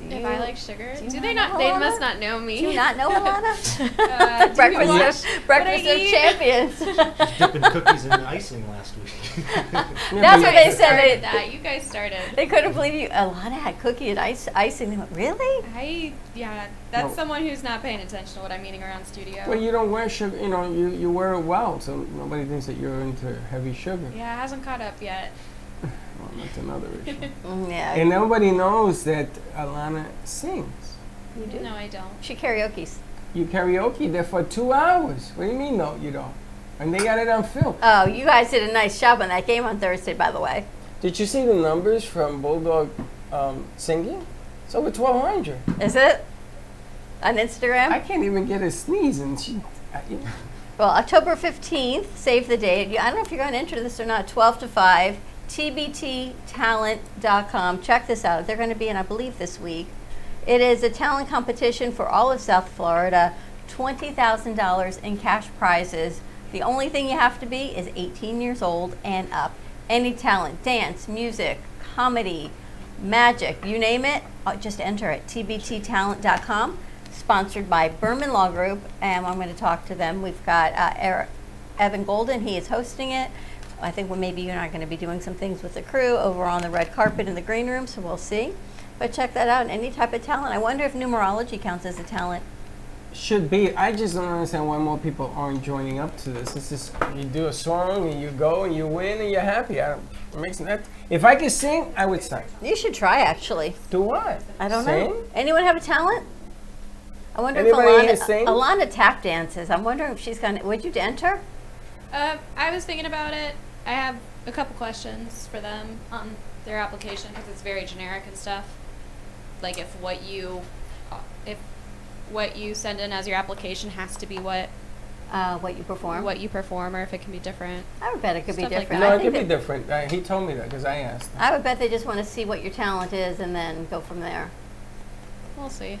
Speaker 1: do you,
Speaker 4: If I like sugar,
Speaker 1: do
Speaker 4: do,
Speaker 1: you
Speaker 4: they
Speaker 1: not know
Speaker 4: not? They
Speaker 1: Alana?
Speaker 4: must not know me.
Speaker 1: do you not
Speaker 4: *laughs*
Speaker 1: know Alana?
Speaker 4: Uh, do *laughs* you watch
Speaker 1: breakfast of,
Speaker 4: what
Speaker 1: breakfast
Speaker 4: I
Speaker 1: of
Speaker 4: eat?
Speaker 1: champions.
Speaker 5: Just
Speaker 4: *laughs*
Speaker 5: dipping cookies in icing last
Speaker 2: *laughs*
Speaker 5: week. *laughs*
Speaker 1: That's what they
Speaker 4: You
Speaker 1: said.
Speaker 4: started
Speaker 1: They,
Speaker 4: that. You guys started.
Speaker 1: they couldn't believe you. Alana had cookie and ice icing. They went, really?
Speaker 4: I yeah. That's
Speaker 2: No.
Speaker 4: someone who's not paying attention to what I'm eating around studio.
Speaker 2: Well, you don't wear sugar. You know, you, you wear it well, so nobody thinks that you're into heavy sugar.
Speaker 4: yeah, it hasn't caught up yet.
Speaker 2: *laughs*
Speaker 4: *laughs*
Speaker 2: Well, that's another issue.
Speaker 1: Mm, Yeah.
Speaker 2: and nobody knows that Alana sings.
Speaker 1: you do.
Speaker 4: No, I don't.
Speaker 1: She karaoke's.
Speaker 2: You karaoke there for two hours. What do you mean, no, you don't? And they got it on film.
Speaker 1: Oh, you guys did a nice job on that game on Thursday, by the way.
Speaker 2: Did you see the numbers from Bulldog um, singing? It's over 1,200.
Speaker 1: Is it on Instagram?
Speaker 2: I can't even get a sneeze, and she. I,
Speaker 1: Well, October 15th, save the date. You- I don't know if you're going to enter this or not, 12 to 5, tbttalent.com. Check this out. They're going to be in, I believe, this week. It is a talent competition for all of South Florida, $20,000 in cash prizes. The only thing you have to be is 18 years old and up. Any talent, dance, music, comedy, magic, you name it, uh, just enter it. tbttalent.com sponsored by Berman Law Group, and I'm going to talk to them. We've got uh, Eric, Evan Golden, he is hosting it. I think well, maybe you and I are going to be doing some things with the crew over on the red carpet in the green room, so we'll see. But check that out. Any type of talent. I wonder if numerology counts as a talent.
Speaker 2: should be. I just don't understand why more people aren't joining up to this. It's just you do a song and you go and you win and you're happy. I don't, it makes that. If I could sing, I would sing.
Speaker 1: You should try, actually.
Speaker 2: Do what?
Speaker 1: I don't
Speaker 2: sing?
Speaker 1: know. Anyone have a talent? I wonder
Speaker 2: Anybody here
Speaker 1: if Alana,
Speaker 2: sing?
Speaker 1: Alana tap dances. I'm wondering if she's going to. Would you enter?
Speaker 4: Uh, I was thinking about it. I have a couple questions for them on their application because it's very generic and stuff. Like if what you, uh, if what you send in as your application has to be what
Speaker 1: Uh, what you perform?
Speaker 4: what you perform, or if it can be different.
Speaker 1: I would bet it could be
Speaker 4: Stuff like
Speaker 1: different.
Speaker 4: that.
Speaker 2: No,
Speaker 1: I
Speaker 2: it
Speaker 1: think
Speaker 2: could be
Speaker 1: that-
Speaker 2: different. Uh, he told me that because I asked.
Speaker 1: I would bet they just want to see what your talent is and then go from there.
Speaker 4: We'll see.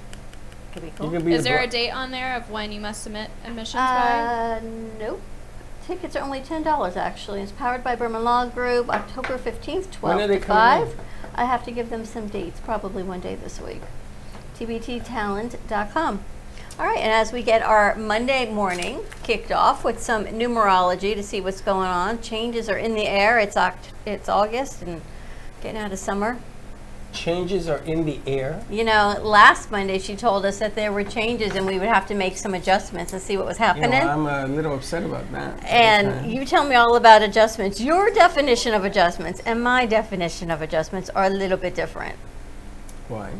Speaker 1: Could be
Speaker 2: You
Speaker 1: cool.
Speaker 2: could be
Speaker 4: Is
Speaker 2: the
Speaker 4: there a
Speaker 2: bro-
Speaker 4: date on there of when you must submit admissions by?
Speaker 1: uh, nope. Tickets are only ten dollars actually. It's powered by Berman Law Group, October fifteenth, twelve
Speaker 2: When are
Speaker 1: to
Speaker 2: they coming
Speaker 1: five. I have to give them some dates, probably one day this week. tbttalent.com. All right, and as we get our Monday morning kicked off with some numerology to see what's going on, changes are in the air. It's Oct- it's August and getting out of summer.
Speaker 2: Changes are in the air.
Speaker 1: You know, last Monday she told us that there were changes and we would have to make some adjustments and see what was
Speaker 2: You know,
Speaker 1: happening.
Speaker 2: I'm a little upset about that.
Speaker 1: and
Speaker 2: Okay.
Speaker 1: you tell me all about adjustments. Your definition of adjustments and my definition of adjustments are a little bit different.
Speaker 2: why?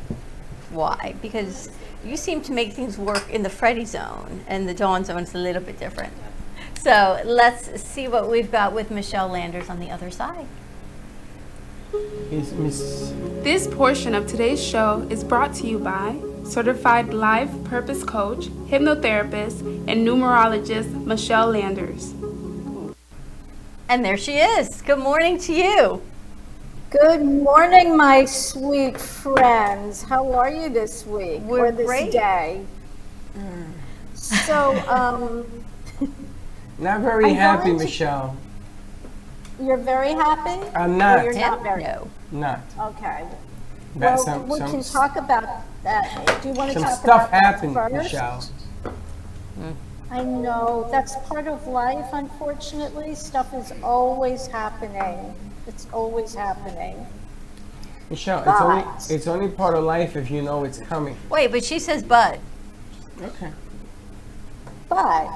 Speaker 1: Why? Because you seem to make things work in the Freddy zone and the Dawn zone is a little bit different. So let's see what we've got with Michelle Landers on the other side.
Speaker 2: Is Miss
Speaker 6: This portion of today's show is brought to you by certified life purpose coach, hypnotherapist, and numerologist Michelle Landers.
Speaker 1: And there she is. Good morning to you.
Speaker 7: Good morning, my sweet friends. How are you this week
Speaker 1: We're
Speaker 7: or this
Speaker 1: great.
Speaker 7: day? So, um,
Speaker 2: not very
Speaker 7: I'm
Speaker 2: happy,
Speaker 7: going to-
Speaker 2: Michelle?
Speaker 7: you're very happy?
Speaker 2: I'm
Speaker 7: Or
Speaker 2: not.
Speaker 7: You're not very.
Speaker 1: No.
Speaker 2: Not.
Speaker 7: Okay.
Speaker 2: That's
Speaker 7: Well,
Speaker 2: some,
Speaker 7: we
Speaker 2: some,
Speaker 7: can talk about that. Do you want to
Speaker 2: some
Speaker 7: talk
Speaker 2: stuff
Speaker 7: about that
Speaker 2: happened,
Speaker 7: first?
Speaker 2: Michelle.
Speaker 7: I know that's part of life. Unfortunately, stuff is always happening. It's always happening.
Speaker 2: Michelle, it's
Speaker 7: But-
Speaker 2: only it's only part of life if you know it's coming.
Speaker 1: Wait, but she says but.
Speaker 2: Okay.
Speaker 7: But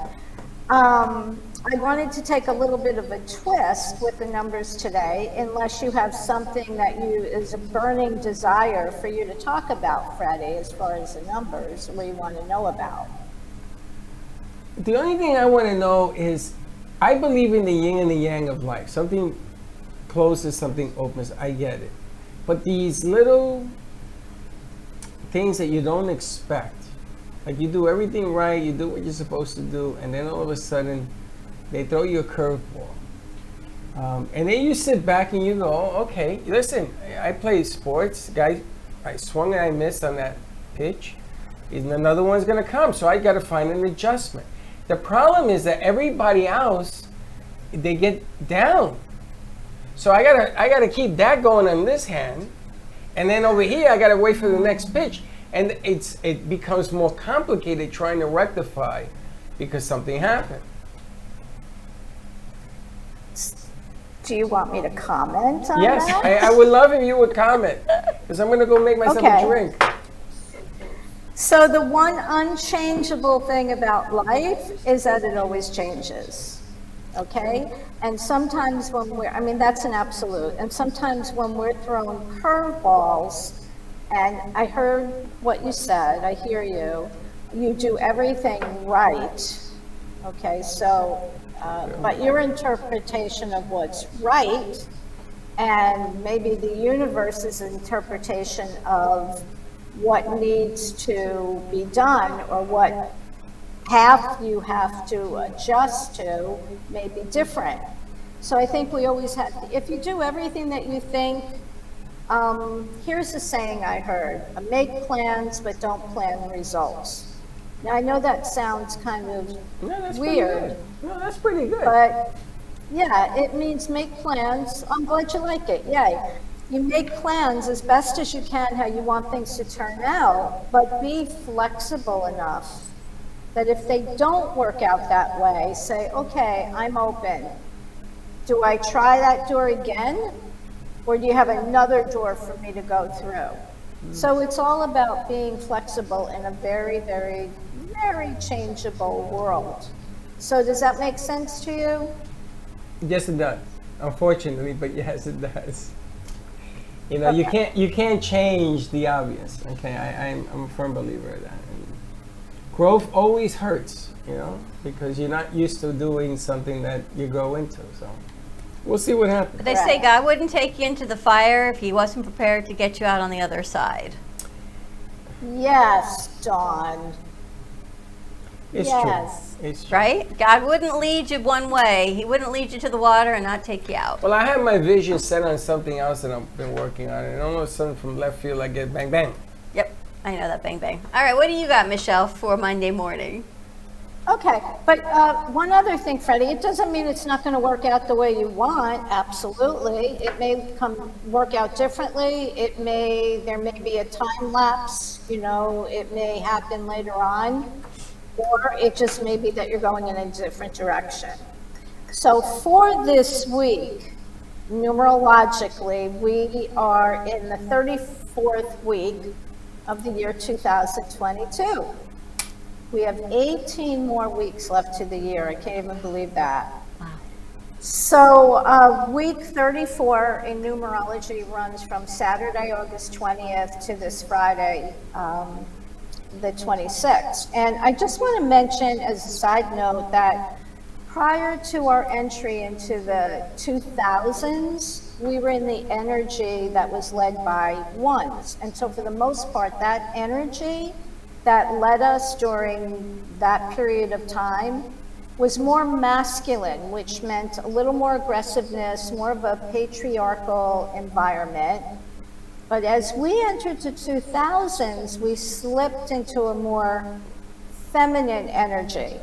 Speaker 7: um, I wanted to take a little bit of a twist with the numbers today, unless you have something that you is a burning desire for you to talk about, Freddie, as far as the numbers, what you want to know about.
Speaker 2: The only thing I want to know is, I believe in the yin and the yang of life. Something closes, something opens. I get it, but these little things that you don't expect, like you do everything right, you do what you're supposed to do, and then all of a sudden, they throw you a curveball. Um, and then you sit back and you go, "Oh, okay, listen, I- I play sports. Guy, I swung and I missed on that pitch. And another one's going to come. So I got to find an adjustment. The problem is that everybody else, they get down. So I got to I gotta keep that going on this hand. And then over here, I got to wait for the next pitch. And it's it becomes more complicated trying to rectify because something happened.
Speaker 7: Do you want me to comment on
Speaker 2: Yes,
Speaker 7: that?
Speaker 2: I, I would love if you would comment because I'm gonna go make myself
Speaker 7: Okay.
Speaker 2: a drink.
Speaker 7: So the one unchangeable thing about life is that it always changes. Okay? And sometimes when we're, I mean, that's an absolute. And sometimes when we're thrown curveballs, and I heard what you said, I hear you, you do everything right, okay, so, uh, but your interpretation of what's right and maybe the universe's interpretation of what needs to be done or what half you have to adjust to may be different. So I think we always have, if you do everything that you think, um, here's a saying I heard, make plans but don't plan results. Now, I know that sounds kind
Speaker 2: No, that's
Speaker 7: of
Speaker 2: pretty
Speaker 7: weird,
Speaker 2: good. No, that's pretty good.
Speaker 7: but yeah, it means make plans. I'm glad you like it. Yay. You make plans as best as you can how you want things to turn out, but be flexible enough that if they don't work out that way, say, okay, I'm open. Do I try that door again? Or do you have another door for me to go through? So it's all about being flexible in a very, very, very changeable world. So does that make sense to you?
Speaker 2: Yes, it does. Unfortunately, but yes, it does. You know, you can't you can't change the obvious. Okay, I, I'm I'm a firm believer of that. And growth always hurts, you know, because you're not used to doing something that you go into. So we'll see what happens.
Speaker 1: But they say God wouldn't take you into the fire if he wasn't prepared to get you out on the other side.
Speaker 7: Yes, Dawn.
Speaker 2: It's
Speaker 7: Yes.
Speaker 2: true. It's true.
Speaker 1: Right? God wouldn't lead you one way. He wouldn't lead you to the water and not take you out.
Speaker 2: Well, I had my vision set on something else that I've been working on, and all of a sudden from left field I get bang bang.
Speaker 1: Yep. I know that bang bang. All right, what do you got, Michelle, for Monday morning?
Speaker 7: Okay, but uh, one other thing, Freddie, it doesn't mean it's not going to work out the way you want. Absolutely, it may come work out differently. It may there may be a time lapse. You know, it may happen later on, or it just may be that you're going in a different direction. So for this week, numerologically, we are in the 34th week of the year 2022. We have 18 more weeks left to the year. I can't even believe that. So, uh, week 34 in numerology runs from Saturday, August 20th to this Friday, um, the 26th. And I just want to mention as a side note that prior to our entry into the 2000s, we were in the energy that was led by ones. And so, for the most part, that energy that led us during that period of time was more masculine, which meant a little more aggressiveness, more of a patriarchal environment. But as we entered the 2000s, we slipped into a more feminine energy.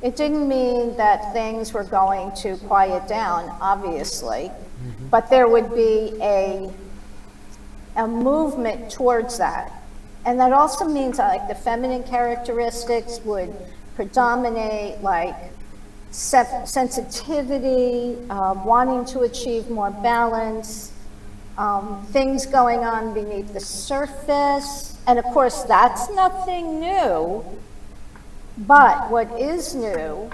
Speaker 7: It didn't mean that things were going to quiet down, obviously, but there would be a a movement towards that. And that also means that, like the feminine characteristics would predominate, like se- sensitivity, uh, wanting to achieve more balance, um, things going on beneath the surface. And of course, that's nothing new. But what is new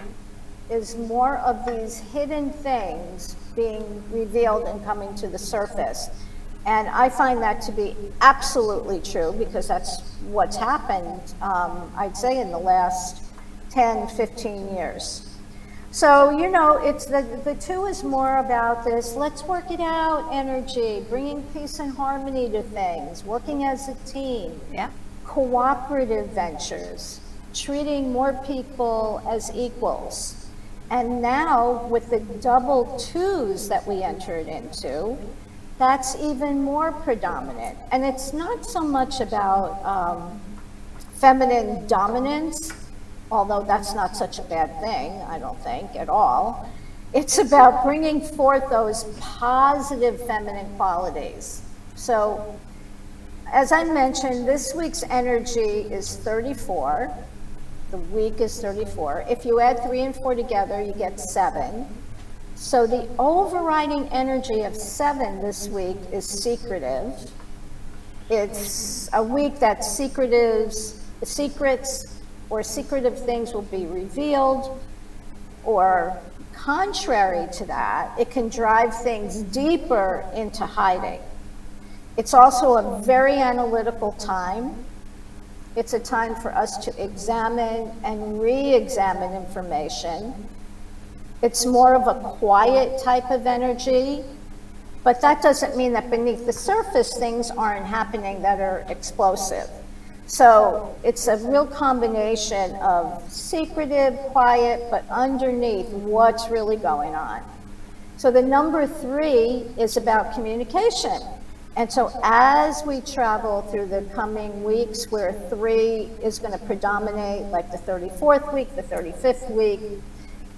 Speaker 7: is more of these hidden things being revealed and coming to the surface. And I find that to be absolutely true because that's what's happened, um, I'd say, in the last 10, 15 years. So, you know, it's the, the two is more about this let's work it out energy, bringing peace and harmony to things, working as a team,
Speaker 1: Yeah.
Speaker 7: cooperative ventures, treating more people as equals. And now, with the double twos that we entered into, that's even more predominant. And it's not so much about um, feminine dominance, although that's not such a bad thing, I don't think, at all. It's about bringing forth those positive feminine qualities. So as I mentioned, this week's energy is 34. The week is 34. If you add three and four together, you get seven. So the overriding energy of seven this week is secretive. It's a week that secretives, secrets or secretive things will be revealed, or contrary to that, it can drive things deeper into hiding. It's also a very analytical time. It's a time for us to examine and re-examine information. It's more of a quiet type of energy, but that doesn't mean that beneath the surface, things aren't happening that are explosive. So it's a real combination of secretive, quiet, but underneath, what's really going on? So the number three is about communication. And so as we travel through the coming weeks where three is going to predominate, like the 34th week, the 35th week,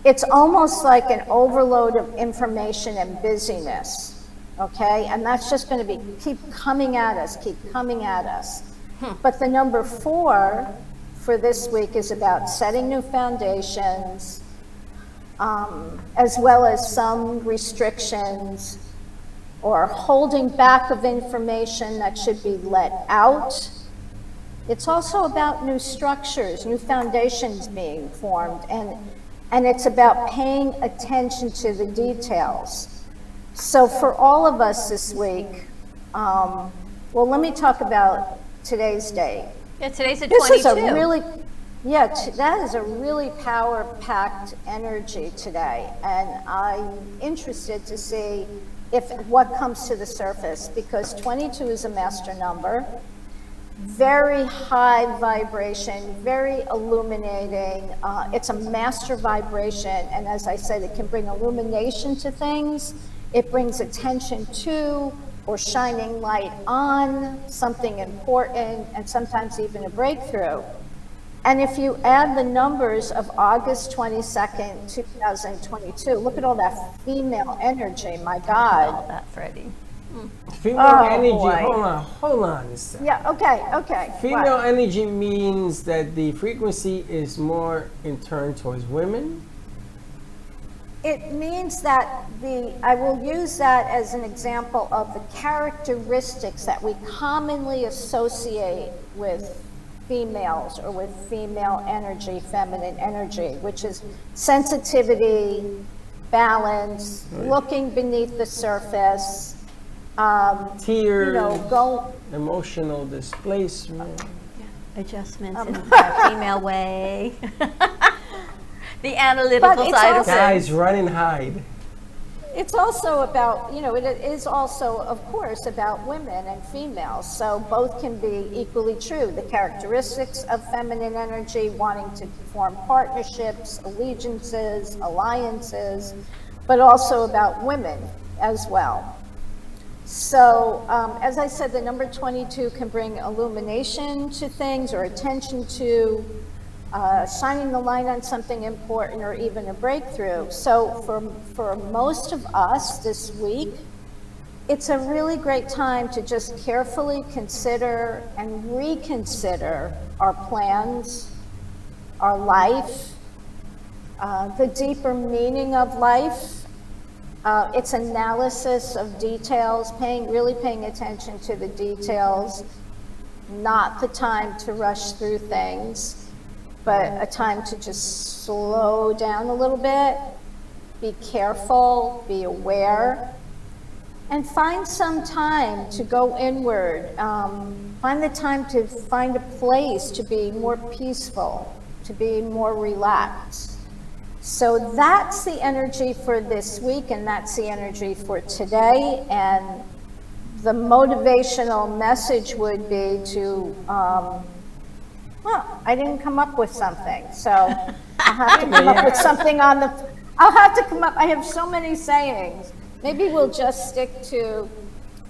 Speaker 7: it's almost like an overload of information and busyness. Okay? And that's just going to be keep coming at us, keep coming at us. But the number four for this week is about setting new foundations, um, as well as some restrictions or holding back of information that should be let out. It's also about new structures, new foundations being formed, and, and it's about paying attention to the details. So for all of us this week, um, well, let me talk about today's date.
Speaker 1: Yeah, today's a
Speaker 7: This
Speaker 1: 22.
Speaker 7: is a really, yeah, t- that is a really power-packed energy today, and I'm interested to see if, what comes to the surface, because 22 is a master number, very high vibration, very illuminating, uh, it's a master vibration, and as I said, it can bring illumination to things, it brings attention to or shining light on something important, and sometimes even a breakthrough. And if you add the numbers of August 22nd, 2022, look at all that female energy, my
Speaker 1: All
Speaker 7: God.
Speaker 1: that, Uh, Freddie.
Speaker 2: Female
Speaker 7: Oh,
Speaker 2: energy.
Speaker 7: boy.
Speaker 2: Hold on. Hold on a second.
Speaker 7: Yeah, okay, okay.
Speaker 2: Female
Speaker 7: What?
Speaker 2: energy means that the frequency is more in turn towards women.
Speaker 7: It means that the, I will use that as an example of the characteristics that we commonly associate with females or with female energy, feminine energy, which is sensitivity, balance, looking beneath the surface, um,
Speaker 2: Tears,
Speaker 7: you know, go,
Speaker 2: emotional displacement.
Speaker 1: Adjustments in a female way. *laughs* the analytical
Speaker 7: it's
Speaker 1: side of
Speaker 7: also-
Speaker 1: things.
Speaker 2: Guys, run and hide.
Speaker 7: It's also about, you know, it is also, of course, about women and females. So both can be equally true. The characteristics of feminine energy, wanting to form partnerships, allegiances, alliances, but also about women as well. So, um, as I said, the number 22 can bring illumination to things or attention to uh, shining the light on something important or even a breakthrough. So, for, for most of us this week, it's a really great time to just carefully consider and reconsider our plans, our life, uh, the deeper meaning of life, uh, its analysis of details, paying, really paying attention to the details, not the time to rush through things, but a time to just slow down a little bit, be careful, be aware, and find some time to go inward. Um, find the time to find a place to be more peaceful, to be more relaxed. So that's the energy for this week, and that's the energy for today. And the motivational message would be to, um, well, I didn't come up with something, so I'll have to come up with something on the, I'll have to come up, I have so many sayings. Maybe we'll just stick to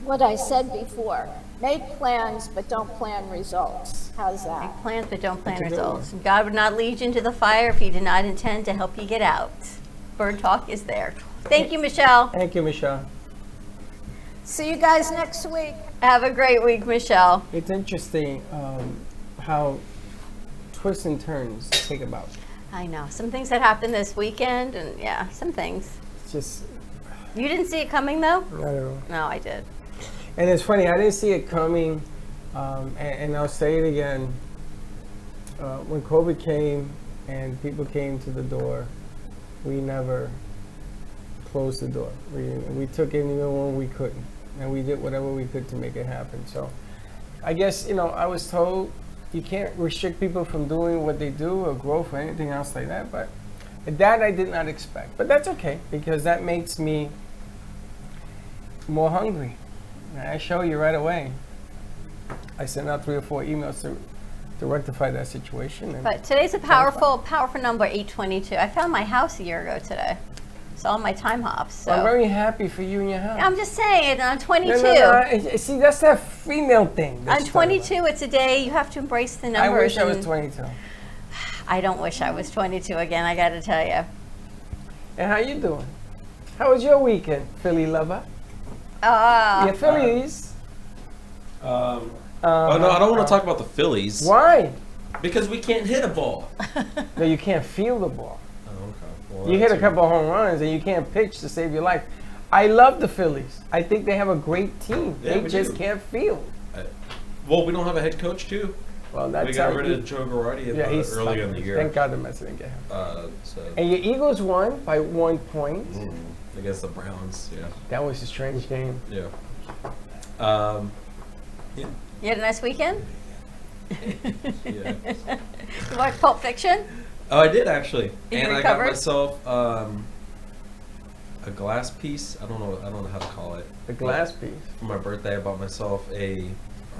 Speaker 7: what I said before. Make plans, but don't plan results. How's that?
Speaker 1: Plans but don't plan results. And God would not lead you into the fire if you did not intend to help you get out. Bird Talk is there. Thank you, Michelle.
Speaker 2: Thank you, Michelle.
Speaker 7: See you guys next week.
Speaker 1: Have a great week, Michelle.
Speaker 2: It's interesting um, how twists and turns take about.
Speaker 1: I know some things that happened this weekend, and yeah, some things.
Speaker 2: It's just,
Speaker 1: You didn't see it coming though?
Speaker 2: I don't know.
Speaker 1: No, I did.
Speaker 2: And it's funny, I didn't see it coming. Um, and, and I'll say it again. Uh, when COVID came and people came to the door, we never closed the door. We, we took in even when we couldn't. And we did whatever we could to make it happen. So I guess, you know, I was told you can't restrict people from doing what they do or growth or anything else like that. But that I did not expect. But that's okay because that makes me more hungry. I show you right away. I sent out three or four emails to, to rectify that situation. And
Speaker 1: But today's a powerful, powerful number, 822. I found my house a year ago today. It's all my time hops. So
Speaker 2: I'm very happy for Oh, you and your house.
Speaker 1: I'm just saying, I'm 22.
Speaker 2: No, no, no, I- I- See, that's that female thing. that
Speaker 1: I'm
Speaker 2: you're talking
Speaker 1: 22. It's a day you have to embrace the
Speaker 2: about. I
Speaker 1: numbers.
Speaker 2: wish I was
Speaker 1: and
Speaker 2: 22.
Speaker 1: I don't wish I was 22 again. I got to tell you.
Speaker 2: And how you doing? How was your weekend, Philly lover?
Speaker 1: Uh,
Speaker 2: yeah, Phillies.
Speaker 8: Um,
Speaker 2: Uh,
Speaker 8: oh no, I don't want to talk about the Phillies
Speaker 2: Why?
Speaker 8: because we can't hit a ball. Oh,
Speaker 2: No, you can't feel the ball.
Speaker 5: Oh,
Speaker 8: okay. Well,
Speaker 2: You hit a
Speaker 8: that's-
Speaker 2: couple home runs and you can't pitch to save your life. I love the Phillies. I think they have a great team.
Speaker 8: Yeah,
Speaker 2: they
Speaker 8: we
Speaker 2: just
Speaker 8: do.
Speaker 2: can't feel.
Speaker 8: Well, we don't have a head coach too.
Speaker 2: Well,
Speaker 8: we
Speaker 2: that's
Speaker 8: got
Speaker 2: how
Speaker 8: rid
Speaker 2: you-
Speaker 8: of Joe Girardi
Speaker 2: yeah,
Speaker 8: about
Speaker 2: he's
Speaker 8: earlier in
Speaker 2: stuck.
Speaker 8: the year.
Speaker 2: Thank God the Mets didn't get him.
Speaker 8: Uh, so
Speaker 2: And your Eagles won by one point.
Speaker 8: Mm. I guess the Browns. Yeah,
Speaker 2: That was a strange game. *laughs*
Speaker 8: yeah. Um,
Speaker 1: you had a nice weekend?
Speaker 8: yeah.
Speaker 1: You watched Pulp Fiction?
Speaker 8: Oh, I did actually,
Speaker 1: You
Speaker 8: and I got
Speaker 1: recovered?
Speaker 8: myself um, a glass piece. I don't know. I don't know how to call it.
Speaker 2: The glass piece.
Speaker 8: For my birthday, I bought myself a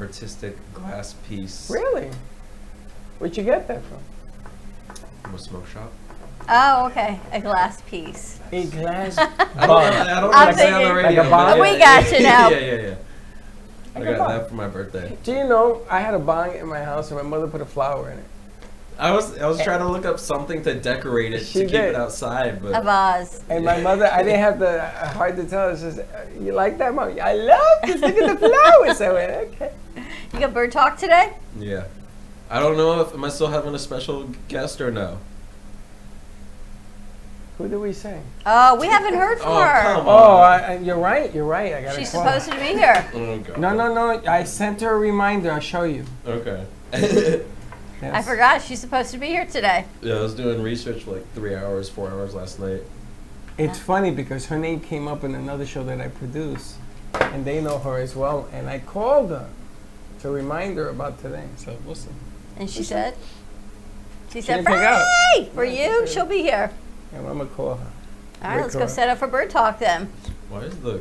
Speaker 8: artistic glass piece
Speaker 2: Really? Where'd you get that from?
Speaker 8: from a smoke shop.
Speaker 1: Oh, okay. A glass piece. *laughs*
Speaker 2: A glass.
Speaker 8: I don't, know- I don't
Speaker 1: I'm
Speaker 8: like say on the
Speaker 1: thinking-
Speaker 8: radio.
Speaker 2: Like a
Speaker 8: but
Speaker 2: bomb?
Speaker 1: We got you now.
Speaker 8: *laughs* yeah, yeah, yeah. I
Speaker 2: Like a
Speaker 8: got
Speaker 2: bomb.
Speaker 8: that for my birthday.
Speaker 2: Do you know I had a bong in my house and my mother put a flower in it?
Speaker 8: I was I was trying to look up something to decorate it
Speaker 2: She
Speaker 8: to keep
Speaker 2: did.
Speaker 8: it outside, but
Speaker 1: A vase.
Speaker 2: And my mother, I didn't have the uh, heart to tell her. She says, "Uh, "You like that, mom? I love this. Look at *laughs* the flowers." I went, "Okay."
Speaker 1: You got bird talk today?
Speaker 8: yeah. I don't know if am I still having a special guest or no.
Speaker 2: Who do we say?
Speaker 1: Oh, we haven't heard from
Speaker 8: Oh
Speaker 1: her.
Speaker 8: come
Speaker 2: Oh,
Speaker 8: on!
Speaker 2: I, I- you're right. You're right. I got.
Speaker 1: She's supposed to be here.
Speaker 8: Oh, God.
Speaker 2: No, no, no. I sent her a reminder. I'll show you.
Speaker 8: Okay. *laughs* yeah,
Speaker 1: I
Speaker 2: Yes.
Speaker 1: forgot she's supposed to be here today.
Speaker 8: I was doing research for like three hours, four hours last night.
Speaker 2: It's funny because her name came up in another show that I produce, and they know her as well. And I called her to remind her about today. So we'll see.
Speaker 1: And she said, she said,
Speaker 2: didn't pick up.
Speaker 1: Friday for
Speaker 2: Yeah, she
Speaker 1: you,
Speaker 2: did.
Speaker 1: she'll be here.
Speaker 2: And I'm gonna call
Speaker 1: All
Speaker 2: her.
Speaker 1: right,
Speaker 2: Very
Speaker 1: let's go
Speaker 2: correct.
Speaker 1: set up for bird talk then.
Speaker 8: Why is the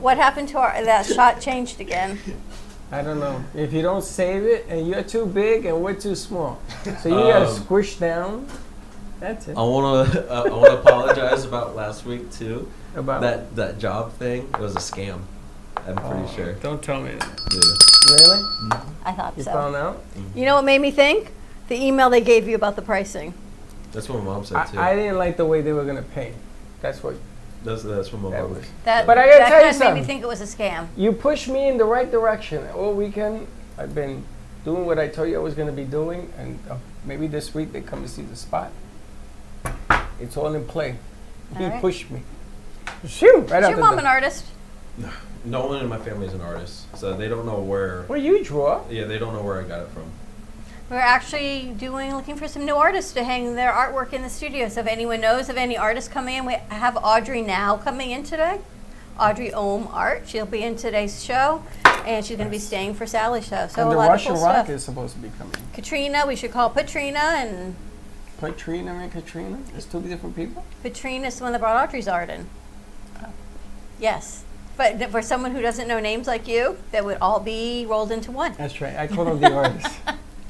Speaker 1: What happened to our, that shot changed again.
Speaker 2: I don't know if you don't save it, and you're too big, and we're too small. So you gotta
Speaker 8: Um,
Speaker 2: squish down. That's it.
Speaker 8: I want to uh, I want to apologize about last week too.
Speaker 2: About
Speaker 8: That that job thing it was a scam. I'm pretty sure.
Speaker 2: Don't tell me that.
Speaker 8: Yeah.
Speaker 2: Oh. Really?
Speaker 1: I thought
Speaker 2: You
Speaker 1: so.
Speaker 2: found out?
Speaker 1: You know what made me think? The email they gave you about the pricing.
Speaker 8: That's what my mom said too.
Speaker 2: I, I didn't like the way they were gonna pay. That's what
Speaker 8: that's that's what my
Speaker 2: that
Speaker 8: mom.
Speaker 2: was.
Speaker 1: That,
Speaker 2: But I gotta
Speaker 1: that
Speaker 2: tell you
Speaker 1: kinda made me
Speaker 2: something.
Speaker 1: think it was a scam.
Speaker 2: You pushed me in the right direction all weekend. I've been doing what I told you I was gonna be doing, and uh, maybe this week they come to see the spot. It's all in play. He
Speaker 1: All right.
Speaker 2: pushed me. Shoo! Right
Speaker 1: Is
Speaker 2: out
Speaker 1: your
Speaker 2: the
Speaker 1: mom
Speaker 2: door.
Speaker 1: an artist?
Speaker 8: No one in my family is an artist, so they don't know where.
Speaker 2: Well, you draw.
Speaker 8: Yeah, they don't know where I got it from.
Speaker 1: We're actually doing, looking for some new artists to hang their artwork in the studio. So if anyone knows of any artists coming in, we have Audrey now coming in today. Audrey Ohm Art. She'll be in today's show, and she's going to be staying for Sally's show. So
Speaker 2: and
Speaker 1: a
Speaker 2: the
Speaker 1: lot
Speaker 2: Russian
Speaker 1: of cool
Speaker 2: rock
Speaker 1: stuff.
Speaker 2: is supposed to be coming.
Speaker 1: Katrina, we should call Patrina, and
Speaker 2: Katrina and Katrina. It's two different people.
Speaker 1: Patrina's the one that brought Audrey's art in.
Speaker 2: Oh.
Speaker 1: Yes, but th- for someone who doesn't know names like you, that would all be rolled into one.
Speaker 2: That's right. I call them the artists.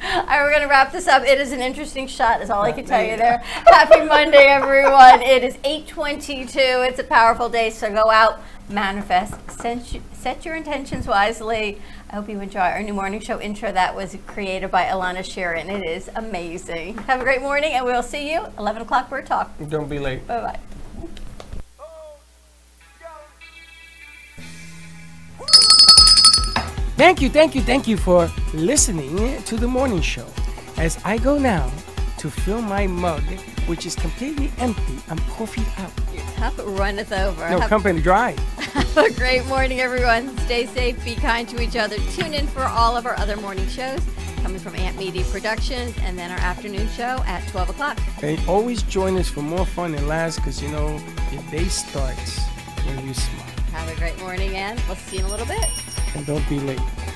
Speaker 1: All right, we're going to wrap this up. It is an interesting shot, is all I can tell you
Speaker 2: you
Speaker 1: there. Happy Monday, everyone. It is 8.22. It's a powerful day, so go out, manifest, set, you- set your intentions wisely. I hope you enjoy our new morning show intro that was created by Alana Sheeran. It is amazing. Have a great morning, and we'll see you 11 o'clock Bird Talk.
Speaker 2: *laughs* Don't be late.
Speaker 1: Bye-bye.
Speaker 2: Thank you, thank you, thank you for listening to the morning show. As I go now to fill my mug, which is completely empty, I'm coffee out.
Speaker 1: Have a run it over.
Speaker 2: No,
Speaker 1: Have-
Speaker 2: company dry.
Speaker 1: Have a great morning, everyone. Stay safe, be kind to each other. Tune in for all of our other morning shows coming from Ant Media Productions and then our afternoon show at 12 o'clock.
Speaker 2: And always join us for more fun and laughs because you know, your day starts when you smile.
Speaker 1: Have a great morning, and we'll see you in a little bit.
Speaker 2: And don't be late.